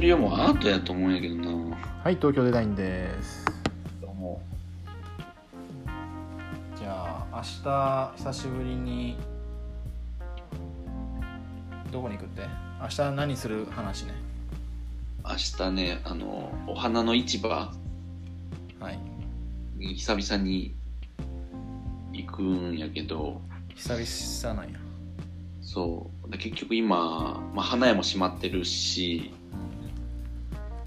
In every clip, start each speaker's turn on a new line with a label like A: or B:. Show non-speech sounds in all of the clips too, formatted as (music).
A: いやもうアートやと思うんやけどな
B: はい東京デザインです
A: どうも
B: じゃあ明日久しぶりにどこに行くって明日何する話ね
A: 明日ねあのお花の市場
B: はい
A: に久々に行くんやけど
B: 久々なんや
A: そうで結局今、まあ、花屋も閉まってるし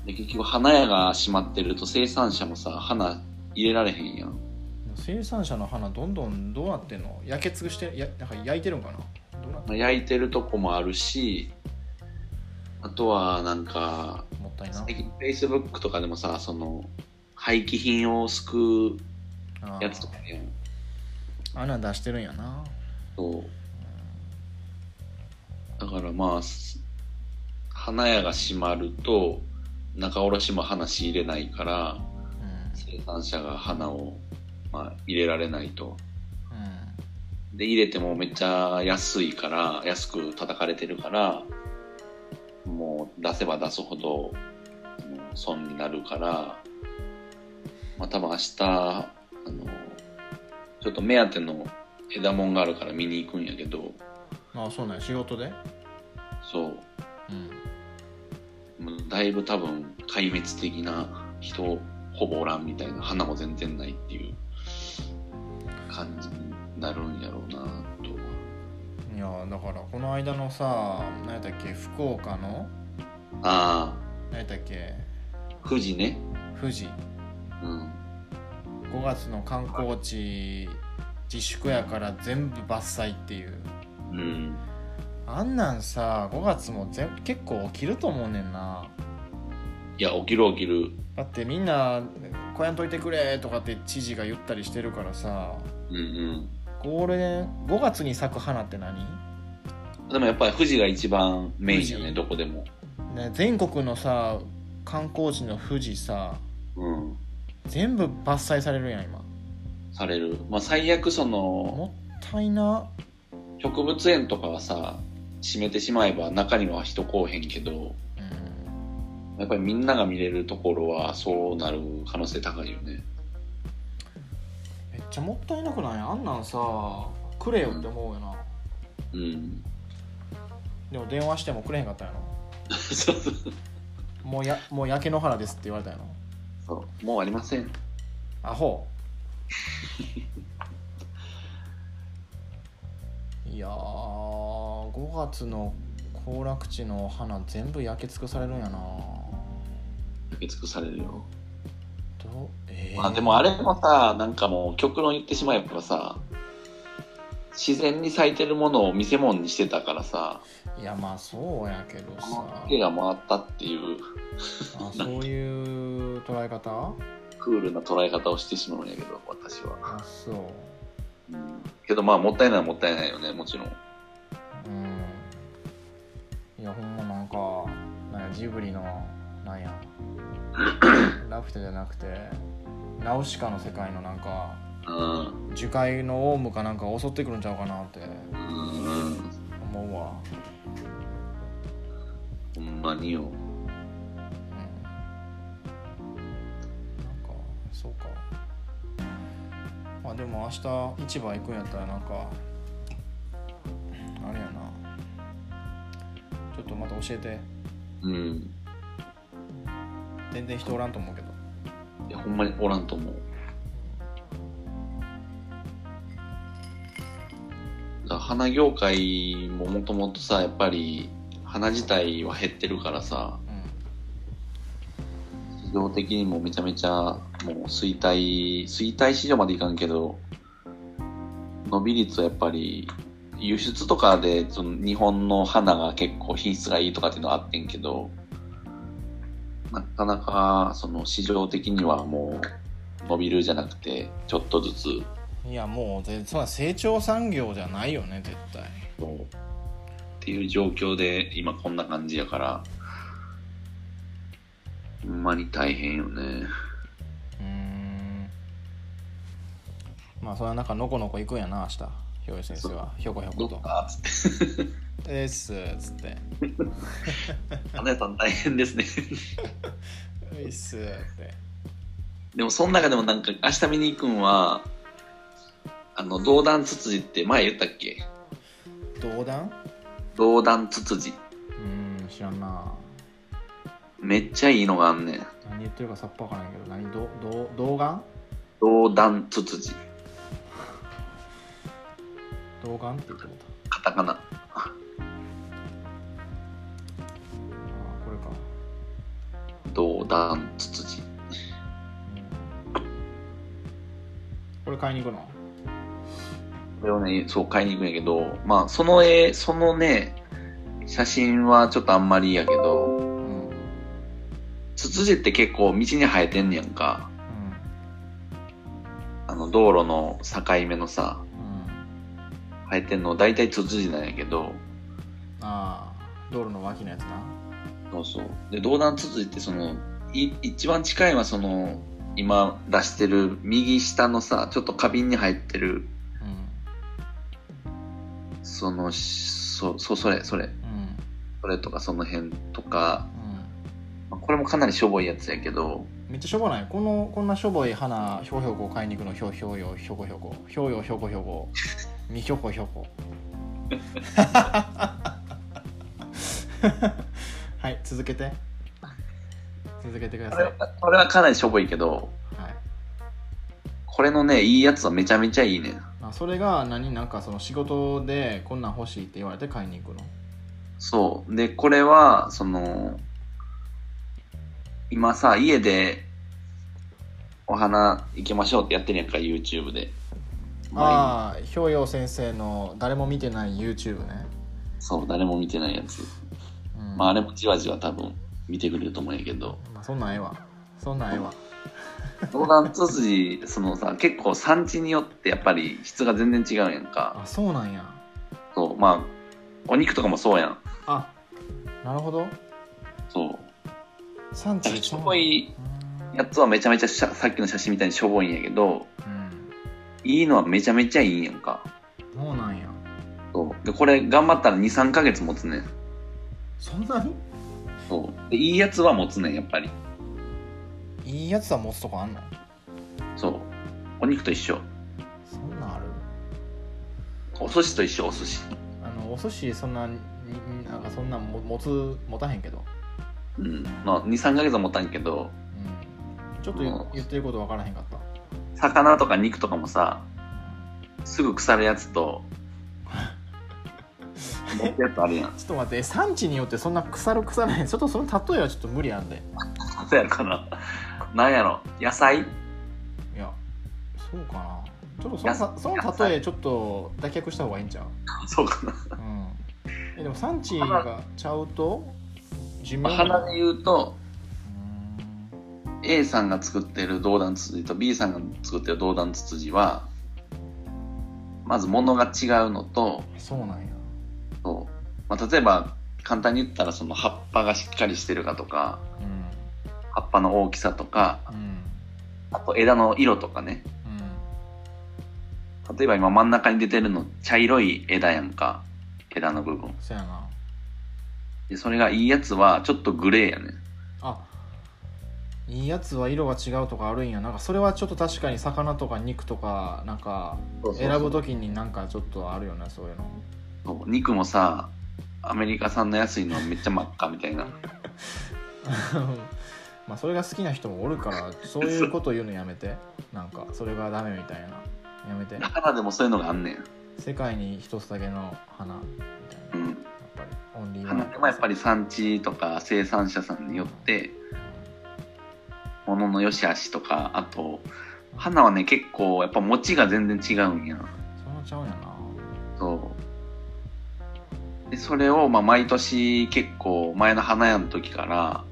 A: で結局花屋が閉まってると生産者もさ花入れられへんやん
B: 生産者の花どんどんどうなってんの焼けつくしてやなんか焼いてるんかなどうなっ
A: まあ焼いてるとこもあるしあとはなんか
B: もったいな
A: 最近 Facebook とかでもさその廃棄品を救う
B: あー
A: やつとかね
B: 穴出してるんやな
A: そうだからまあす花屋が閉まると仲卸も花仕入れないから
B: うん
A: 生産者が花を、まあ、入れられないと
B: う
A: で入れてもめっちゃ安いから安く叩かれてるからもう出せば出すほどうん損になるからまあ多分明日あのちょっと目当ての枝もんがあるから見に行くんやけど
B: んああそうなんや仕事で
A: そう
B: うん
A: もうだいぶ多分壊滅的な人ほぼおらんみたいな花も全然ないっていう感じになるんやろうなと
B: いやだからこの間のさ何やったっけ福岡の
A: あ
B: 何やったっけ
A: あ富士ね
B: 富士
A: うん
B: 5月の観光地自粛やから全部伐採っていう
A: うん
B: あんなんさ5月もぜ結構起きると思うねんない
A: や起きる起きる
B: だってみんな「小屋んといてくれ」とかって知事が言ったりしてるからさ
A: うん
B: ゴールデン5月に咲く花って何、
A: うんでもやっぱり富士が一番メインよ
B: 富
A: ね
B: 士
A: どこでも
B: ね、全国のさ観光地の富士さ
A: うん
B: 全部伐採されるやん今
A: されるまあ最悪その
B: もったいな
A: 植物園とかはさ閉めてしまえば中には人来おへんけど
B: うん
A: やっぱりみんなが見れるところはそうなる可能性高いよね
B: めっちゃもったいなくないあんなんさくれよって思うよな、
A: うん
B: でも電話してもくれへんかったんやろ
A: (laughs) そうそう
B: もうやもう焼け野原ですって言われたんやろ
A: そうもうありません (laughs)
B: アホいやー5月の行楽地の花全部焼け尽くされるんやな
A: 焼け尽くされるよ、
B: どえー
A: まあでもあれもさなんかもう極論言ってしまえばさ自然に咲いてるものを見せ物にしてたからさ
B: いやまあそうやけど
A: こ
B: さ
A: の手が回ったっていう
B: あそういう捉え方
A: クールな捉え方をしてしまうんやけど私は、
B: あそう
A: うん、けどまあもったいないはもったいないよねもちろん
B: うんいやほんまなんかなんやジブリのなんやラフテじゃなくてナウシカの世界のなんか
A: うん
B: 樹海のオウムかなんか襲ってくるんちゃうかなって
A: うん
B: 思うわ、
A: ほんまによ
B: うん、なんかそうかまあでも明日市場行くんやったらなんかあれやなちょっとまた教えて
A: うん
B: 全然人おらんと思うけど
A: いやほんまにおらんと思うだから花業界ももともとさやっぱり花自体は減ってるからさ
B: うん
A: 市場的にもめちゃめちゃもう衰退衰退市場までいかんけど伸び率はやっぱり輸出とかでその日本の花が結構品質がいいとかっていうのはあってんけどなかなかその市場的にはもう伸びるじゃなくてちょっとずつ
B: いやもうぜそんな成長産業じゃないよね絶対
A: っていう状況で今こんな感じやからほんまに大変よね
B: うーんまあそんな中のこのこ行くんやな明日ひょう先生はひょこひょ
A: ど
B: こ
A: っ
B: と
A: かっつって
B: えーっすーっつって
A: 花屋さん大変ですね
B: えーっすーって
A: でもその中でもなんか明日見に行くんはあの銅弾ツツジって前言ったっけ
B: どうだん
A: 銅弾ツツジ
B: うん知らんな
A: めっちゃいいのがあんねん
B: 何言ってるかさっぱわからんけど何どど動画
A: 銅弾ツツジ
B: 動画って言ってもた
A: カタカナ
B: あーこれか
A: 銅弾ツツジ
B: うんこれ買いに行くの
A: これをねそう買いに行くんやけどまあその絵そのね写真はちょっとあんまりやけど
B: うんうん
A: ツツジって結構道に生えてんねやんかあの道路の境目のさ
B: うん
A: 生えてんの大体ツツジなんやけど
B: ああ道路の脇のやつな
A: そうそうで道断ツツジってそのい一番近いはその今出してる右下のさちょっと花瓶に入ってる
B: う
A: そのしそそうそれそれ
B: んうん
A: それとかその辺とか、
B: うん
A: まあこれもかなりしょぼいやつやけど
B: めっちゃしょぼないこのこんなしょぼい花ひょうひょうこ買いに行くのひょうひょうよひょこひょこひょうよひょこひょこみひょこひょこ (laughs) はい続けて続けてくだ
A: こ
B: さい
A: れこれはかなりしょぼいけど
B: はい
A: これのねいいやつはめちゃめちゃいいね
B: あそれが何なんかその仕事でこんなん欲しいって言われて買いに行くの
A: そうでこれはその今さ家でお花行きましょうってやってるやんか YouTube で毎日
B: ああひょうよう先生の誰も見てない YouTube ね、
A: そう誰も見てないやつ
B: うん
A: まああれもじわじわ多分見てくれると思うんやけど
B: まあそんなんええわそんなんええわ
A: ローランツツジそのさ結構産地によってやっぱり質が全然違うやんか
B: あそうなんや
A: そうまあお肉とかもそうやん
B: あなるほど
A: そう
B: 産地
A: しょぼいやつはめちゃめちゃしゃさっきの写真みたいにしょぼいんやけど
B: うん
A: いいのはめちゃめちゃいいんやんか
B: そうなんや
A: そうでこれ頑張ったら23ヶ月持つねん
B: そんなに
A: そうでいいやつは持つねんやっぱり
B: いいやつは持つとこあんの
A: そうお肉と一緒
B: そんなんある
A: お寿司と一緒お寿司
B: あのお寿司そんなになんかそんなんも持つ持たへんけど、
A: うんまあ23ヶ月は持たんけど
B: うん、ちょっと
A: う
B: 言
A: ん
B: 言ってること分からへんかった
A: 魚とか肉とかもさすぐ腐るやつと持つやつあるやん
B: ちょっと待ってえ産地によってそんな腐る腐らへんちょっとその例えはちょっと無理あんで
A: そうやろかななんやろ野菜
B: いやそうかなちょっとそのさその例えちょっと脱却した方がいいんちゃう
A: そうかな、
B: うんえでも産地がちゃうと寿命
A: まあ、
B: が
A: 花で言うと
B: うん
A: A さんが作ってる銅弾ツツジと B さんが作ってる銅弾ツツジはまず物が違うのと
B: そうなんや
A: そう、まあ、例えば簡単に言ったらその葉っぱがしっかりしてるかとか
B: うん
A: 葉っぱの大きさとか
B: うん
A: あと枝の色とかね
B: うん
A: 例えば今真ん中に出てるの茶色い枝やんか枝の部分
B: そやな
A: でそれがいいやつはちょっとグレーやね
B: あいいやつは色が違うとかあるんやなんかそれはちょっと確かに魚とか肉とかなんか選ぶ時になんかちょっとあるよねそういうの (laughs)
A: そう肉もさアメリカ産の安いのめっちゃ真っ赤みたいな
B: まあそれが好きな人もおるからそういうこと言うのやめてなんかそれがダメみたいなやめて
A: だからでもそういうのがあんねん、
B: 世界に一つだけの花みたい
A: う
B: なや
A: ん、
B: っぱりオンリーワン
A: 花でもやっぱり産地とか生産者さんによって物の良し悪しとかあと花はね結構やっぱ持ちが全然違うんや
B: そんなちゃうんやな
A: そうでそれをまあ毎年結構前の花屋の時から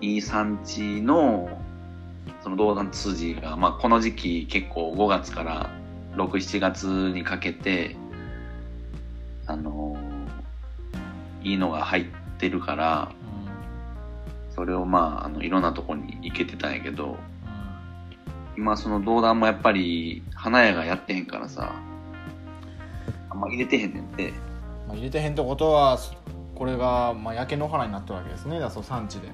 A: いい産地のその銅山筋が、まあ、この時期結構5月から67月にかけてあのーいいのが入ってるから
B: うん
A: それをまああのいろんなとこに行けてたんやけど
B: うん
A: 今その銅弾もやっぱり花屋がやってへんからさあんま入れてへんねんって
B: まあ、入れてへんってことはこれが、まあ、焼け野原になってるわけですねだからそう産地で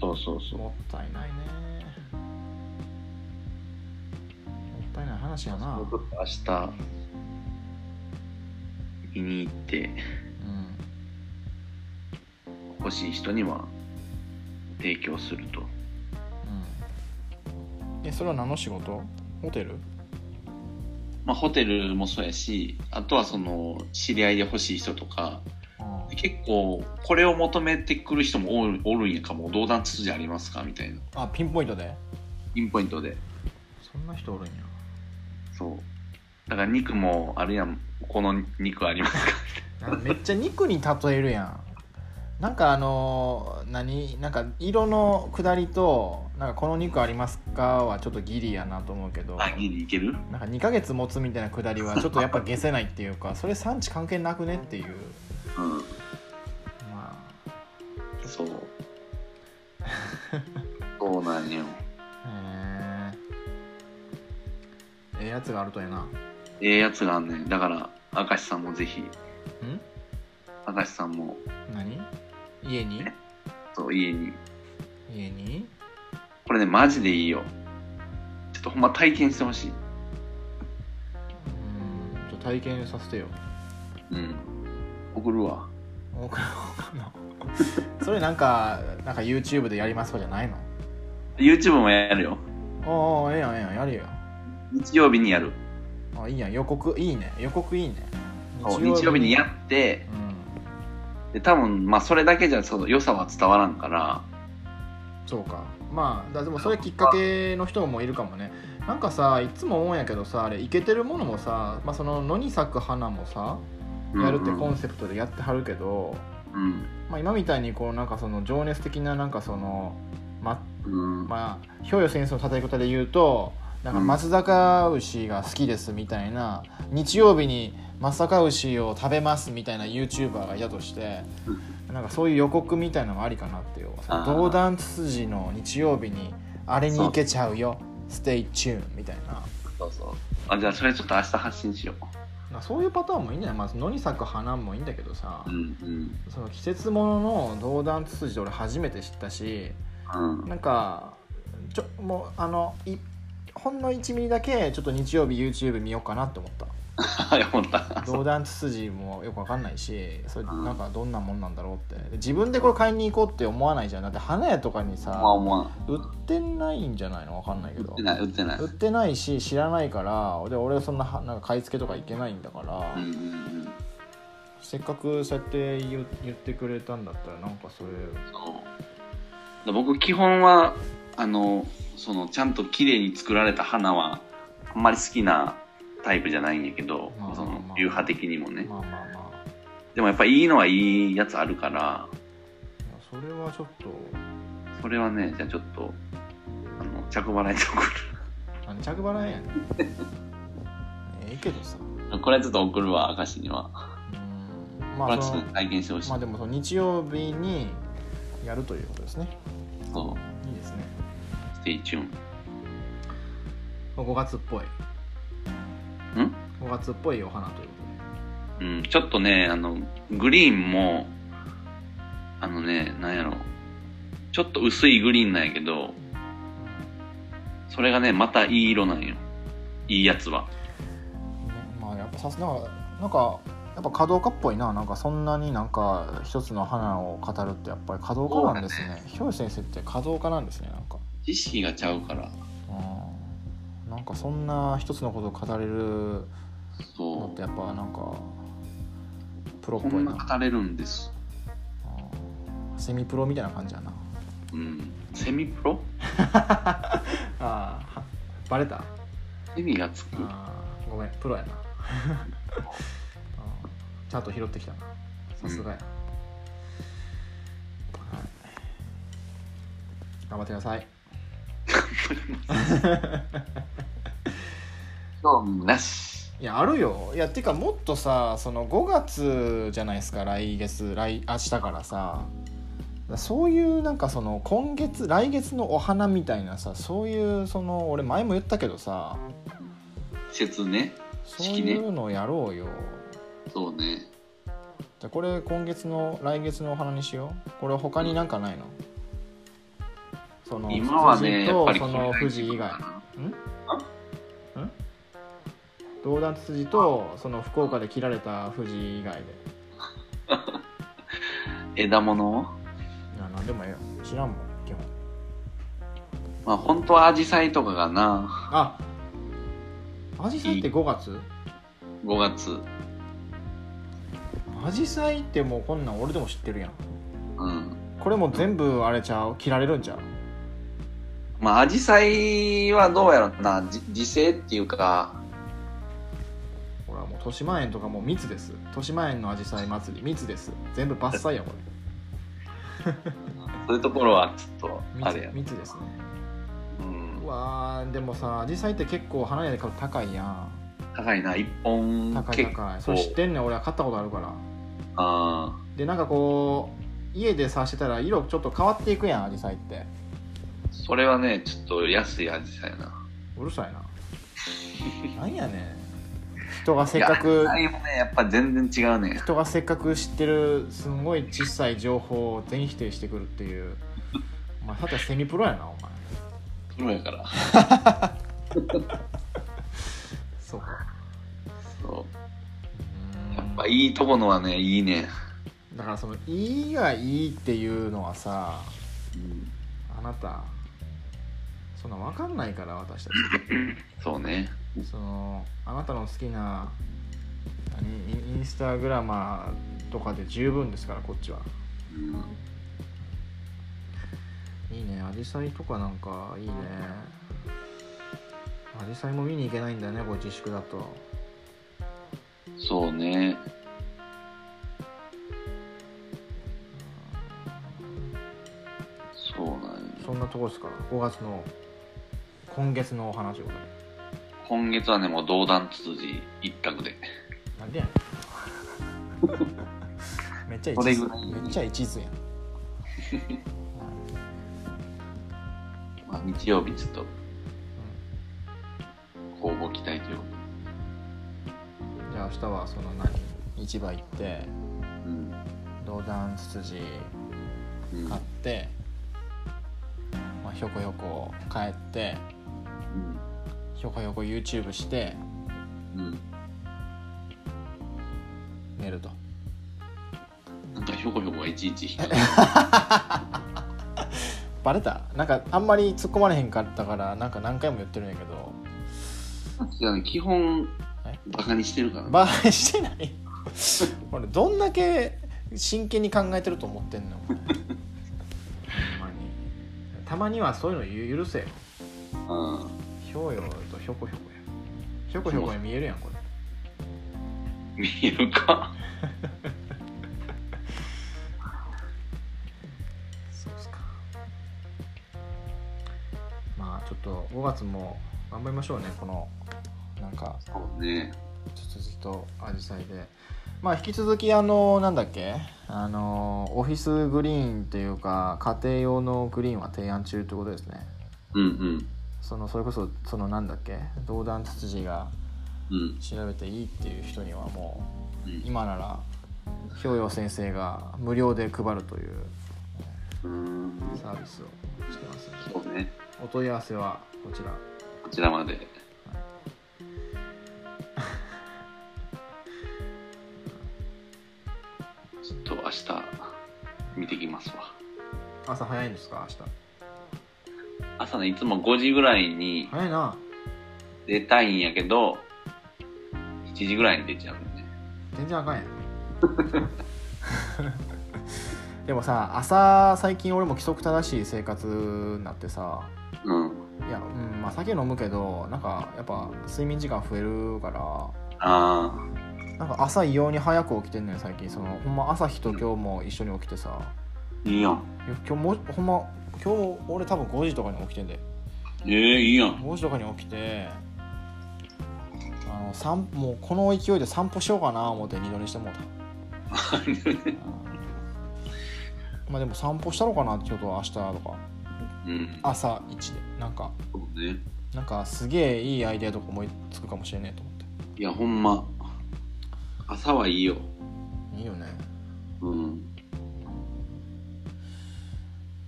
A: そうそうそう。
B: もったいないねもったいない話やな
A: 僕明日、見に行って、
B: うん
A: 欲しい人には提供すると。
B: うんえそれは何の仕事ホテル
A: まあ、ホテルもそうやし、あとはその、知り合いで欲しい人とか、
B: あ
A: 結構、これを求めてくる人もおるおるんやかも、どうつ筋ありますかみたいな。
B: ああピンポイントで
A: ピンポイントで。
B: そんな人おるんや
A: そう。だから肉も、あるやん、この肉ありますか
B: なんかめっちゃ肉に例えるやんなんかあのー何なんか色の下りとなんかこの肉ありますかはちょっとギリやなと思うけど
A: あ、 (laughs) ギリいける
B: なんか2ヶ月持つみたいな下りはちょっとやっぱ消せないっていうかそれ産地関係なくねっていう
A: う
B: ま
A: ん。 (laughs) そう。そうなんよ。
B: あへえええやつがあるとええなう
A: ええやつがあんねん。だから、明石さんもぜひ、
B: ん
A: 明石さんも、
B: 何家に
A: そう、家に。
B: 家に
A: これね、マジでいいよ。ちょっとほんま体験してほしい。
B: うんちょっと体験させてよ
A: うん。送るわ。
B: わかんないわかん (laughs) ないそれなんかなんか YouTube でやりますかじゃないの
A: YouTube もやるよ。
B: ああええやんええやんやるよ
A: 日曜日にやる。
B: あいいやん予告いいね予告いいね
A: そう日曜日にやって、
B: うん
A: で、多分、まあ、それだけじゃ、その良さは伝わらんから、
B: そうかまあだでもそれきっかけの人もいるかもねなんかさいつも思うんやけどさあれイケてるものもさ、まあ、その野に咲く花もさやるってコンセプトでやってはるけど、
A: うん
B: まあ、今みたいにこうなんかその情熱的ななんかそのま
A: うん。うん。
B: まあ氷与先生の叩き方で言うとなんか松坂牛が好きですみたいな、日曜日に松坂牛を食べますみたいな YouTuber がいたとして、なんかそういう予告みたいなのもありかなっていう
A: あー
B: 道断ツツジの日曜日にあれに行けちゃうよステイチューンみたいな
A: そうそう。あ、じゃあ、それちょっと明日発信しよ
B: なんかそういうパターンもいいんじゃないまず野に咲く花もいいんだけどさ、
A: う。うん、うん。
B: その季節ものの道断ツツジで俺初めて知ったし
A: うん。 (laughs)
B: なんかちょもうあのいほんの1ミリだけちょっと日曜日 YouTube 見ようかなって思った
A: はい、思った。
B: 道断ツツジもよくわかんないしそれなんかどんなもんなんだろうってで自分でこれ買いに行こうって思わないじゃんだって花屋とかに
A: まあ、
B: さ
A: 思わん。
B: 売ってないんじゃないのわかんないけ
A: 売
B: ど
A: ってない、売ってない。
B: 売ってないし知らないからで俺はそんなはなんか買い付けとか行けないんだから、
A: うん、うん、うん。
B: せっかくそうやって言う言ってくれたんだったらなんかそれ
A: そう僕基本はあのそのちゃんと綺麗に作られた花はあんまり好きなタイプじゃないんやけど、
B: まあ
A: そ
B: まあ
A: の
B: まあ
A: 流派的にもね、
B: まあまあまあ
A: でもやっぱいいのはいいやつあるから
B: いやそれはちょっと
A: それはねじゃあちょっとあの着払いと送
B: 何着払いやねんええけどさ
A: るこれはちょっと送るわ明石には
B: うん
A: こ
B: ま
A: れ
B: あ
A: はち
B: そ
A: ょ
B: の
A: っと体験してほしい、
B: まあでもその日曜日にやるということですね
A: そ
B: いいですね
A: うステイチューン
B: 5月っぽい
A: ん
B: 5月っぽいお花というこ
A: うん、ちょっとね、あの、グリーンも、あのね、なんやろ、ちょっと薄いグリーンなんやけど、それがね、またいい色なんよ。いいやつは。
B: とで、ね、まあやっぱさすがなんかやっぱ華道家っぽいななんかそんなになんか一つの花を語るってやっぱり華道家なんですねひょう先生って華道家なんですねなんか
A: 知識がちゃうから、
B: うんなんかそんな一つのことを語れるのっ
A: そ
B: てやっぱなんかプロ
A: う。
B: っ
A: こ
B: ぽい
A: んな
B: な
A: 語れるんです。
B: うんセミプロみたいな感じやな
A: うん。セミプロ
B: ああバレた
A: セミがつく。
B: あーごめんプロやな (laughs) あーちゃんと拾ってきたなさすがや、はい頑張ってください
A: 興味なし。
B: いやあるよいやてかもっとさその5月じゃないですか来月来明日からさそういうなんかその今月来月のお花みたいなさそういうその俺前も言ったけどさ
A: 季節ね。
B: そういうのやろうよ、
A: そうね。
B: じゃあこれ今月の来月のお花にしようこれ他になんかないのその
A: 今はね、
B: 藤
A: やっぱ
B: と
A: り
B: そ
A: これ
B: の
A: が
B: 富
A: 一
B: 士以
A: 番
B: 外
A: かな
B: 道断辻とその福岡で切られた富士以外で
A: 枝物
B: いや何でもええよ知らんもん基本
A: まあ本当はアジサイとかがな、
B: あアジサイって5月
A: 5月。
B: アジサイってもうこんなん俺でも知ってるやん
A: うん。
B: これも全部あれちゃう切られるんちゃう
A: まあアジサイはどうやろうな、じ時世っていうか、
B: ほらもう豊島園とかもう密です豊島園のアジサイ祭り密です全部伐採やこ
A: (laughs)
B: れ
A: そういうところはちょっと、あれや
B: 密。密ですね
A: うん
B: う。わーでもさアジサイって結構花屋で買うと高いやん
A: 高いな、一本
B: 高い
A: 結構。
B: 高いそれ知ってんねん俺は買ったことあるから
A: あ
B: でなんかこう家でさしてたら色ちょっと変わっていくやんアジサイって
A: ーそれはね、ちょっと安いアジサイやな。
B: うるさいな
A: (laughs)
B: なんやねん人がせっ
A: ア
B: かく
A: ジサイもね、やっぱ全然違うね。
B: 人がせっかく知ってるすんごい小さい情報を全否定してくるっていうお前さてセミプロやなお前
A: プロやから。
B: そうか
A: そうう。
B: ーん
A: やっぱいいとこのはね、いいね。
B: だからその「いい」がいいっていうのはさ
A: うん
B: あなたそんな分かんないから私た
A: そうね。
B: ちそのあなたの好きな何インインスタグラマーとかで十分ですからこっちは
A: うん
B: いいねアジサイとかなんかいいねアジサイも見に行けないんだよねこれ自粛だと
A: そうね。そうなんよ
B: そんなとこですか5月の今月のお話を
A: 今月はね、もう道断つつじ一択で。
B: なんでやねん (laughs) めっちゃ
A: それ
B: 一
A: ぐ
B: 途
A: らい
B: めっちゃ一途やん
A: まあ、日曜日ちょっと、公募期待というこ
B: じゃあ明日はその何市場行っ
A: と
B: て
A: でうん。
B: ロダンツツジ
A: うん。
B: 買って、まあ、ひょこひょこ帰ってひょこひょこ YouTube して
A: うん。
B: 寝ると
A: うん。なんかひょこひょこがいちいち引っかか
B: バレたなんかあんまり突っ込まれへんかったからなんか何回も言ってるんやけど
A: る基本
B: え、
A: バカにしてるからな。
B: バレしてない (laughs) 俺どんだけ真剣に考えてると思ってんのお前ほんまにたまにはそういうのゆ許せよ
A: うん。
B: ひょうよとひょこひょこやひょこひょこに見えるやんこれ
A: 見えるか。
B: そうっすかまあちょっと5月も頑張りましょうねこのなんか
A: そうね。
B: ちょっとアジサイでまあ引き続きあのなんだっけあのオフィスグリーンというか家庭用のグリーンは提案中ということですね
A: うん
B: そのそれこそそのなんだっけ道断ツツジが
A: うん。うん。
B: 調べていいっていう人にはもう
A: うん
B: 今なら氷洋先生が無料で配るという
A: うん。
B: サービスをしてますね
A: そうね。
B: お問い合わせはこちら
A: こちらまで。ちょっと明日見てきますわ。
B: 朝早いんですか明日
A: 朝ね、いつも5時ぐらいに
B: 早いな
A: 出たいんやけど、7時ぐらいに出ちゃうんでね。
B: 全然あかんやん (laughs) でもさ朝最近俺も規則正しい生活になってさ
A: うん。
B: いや、うんまあ、酒飲むけどなんかやっぱ睡眠時間増えるから
A: あ
B: なんか朝異様に早く起きてんのよ最近そのほんま朝日と今日も一緒に起きてさ
A: あ、いいやん。
B: いや今日もほんま今日俺多分5時とかに起きてんで
A: ええいいやん。 (laughs)
B: 5時とかに起きてあの散もうこの勢いで散歩しようかな思って二度寝してもうたまあでも散歩したのかなってちょっと明日とか
A: うん。
B: 朝一でなんか
A: そうね。
B: なんかすげえいいアイデアとか思いつくかもしれねえと思っ
A: いや、ほんま。朝はいいよ。
B: ていいよね
A: うん。
B: い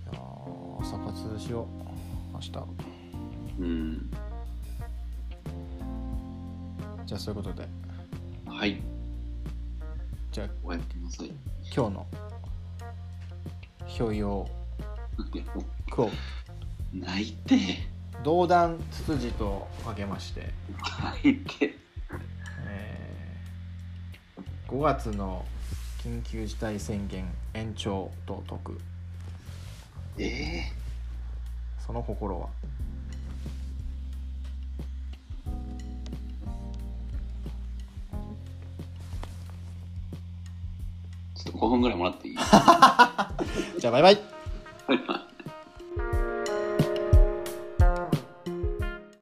B: やー朝活しよう明日
A: うん。
B: じゃあそういうことで
A: はい。
B: じゃあ
A: おやすみなさ (laughs) い。
B: 今日の表を
A: いやも
B: クオ
A: う泣いて。
B: 道断つつじとかけまして、
A: 泣いて。
B: えー5月の緊急事態宣言延長と解く
A: ええ
B: その心は
A: ちょっと5分ぐらいもらっていい (laughs)
B: じゃあバイバイ
A: バイバイ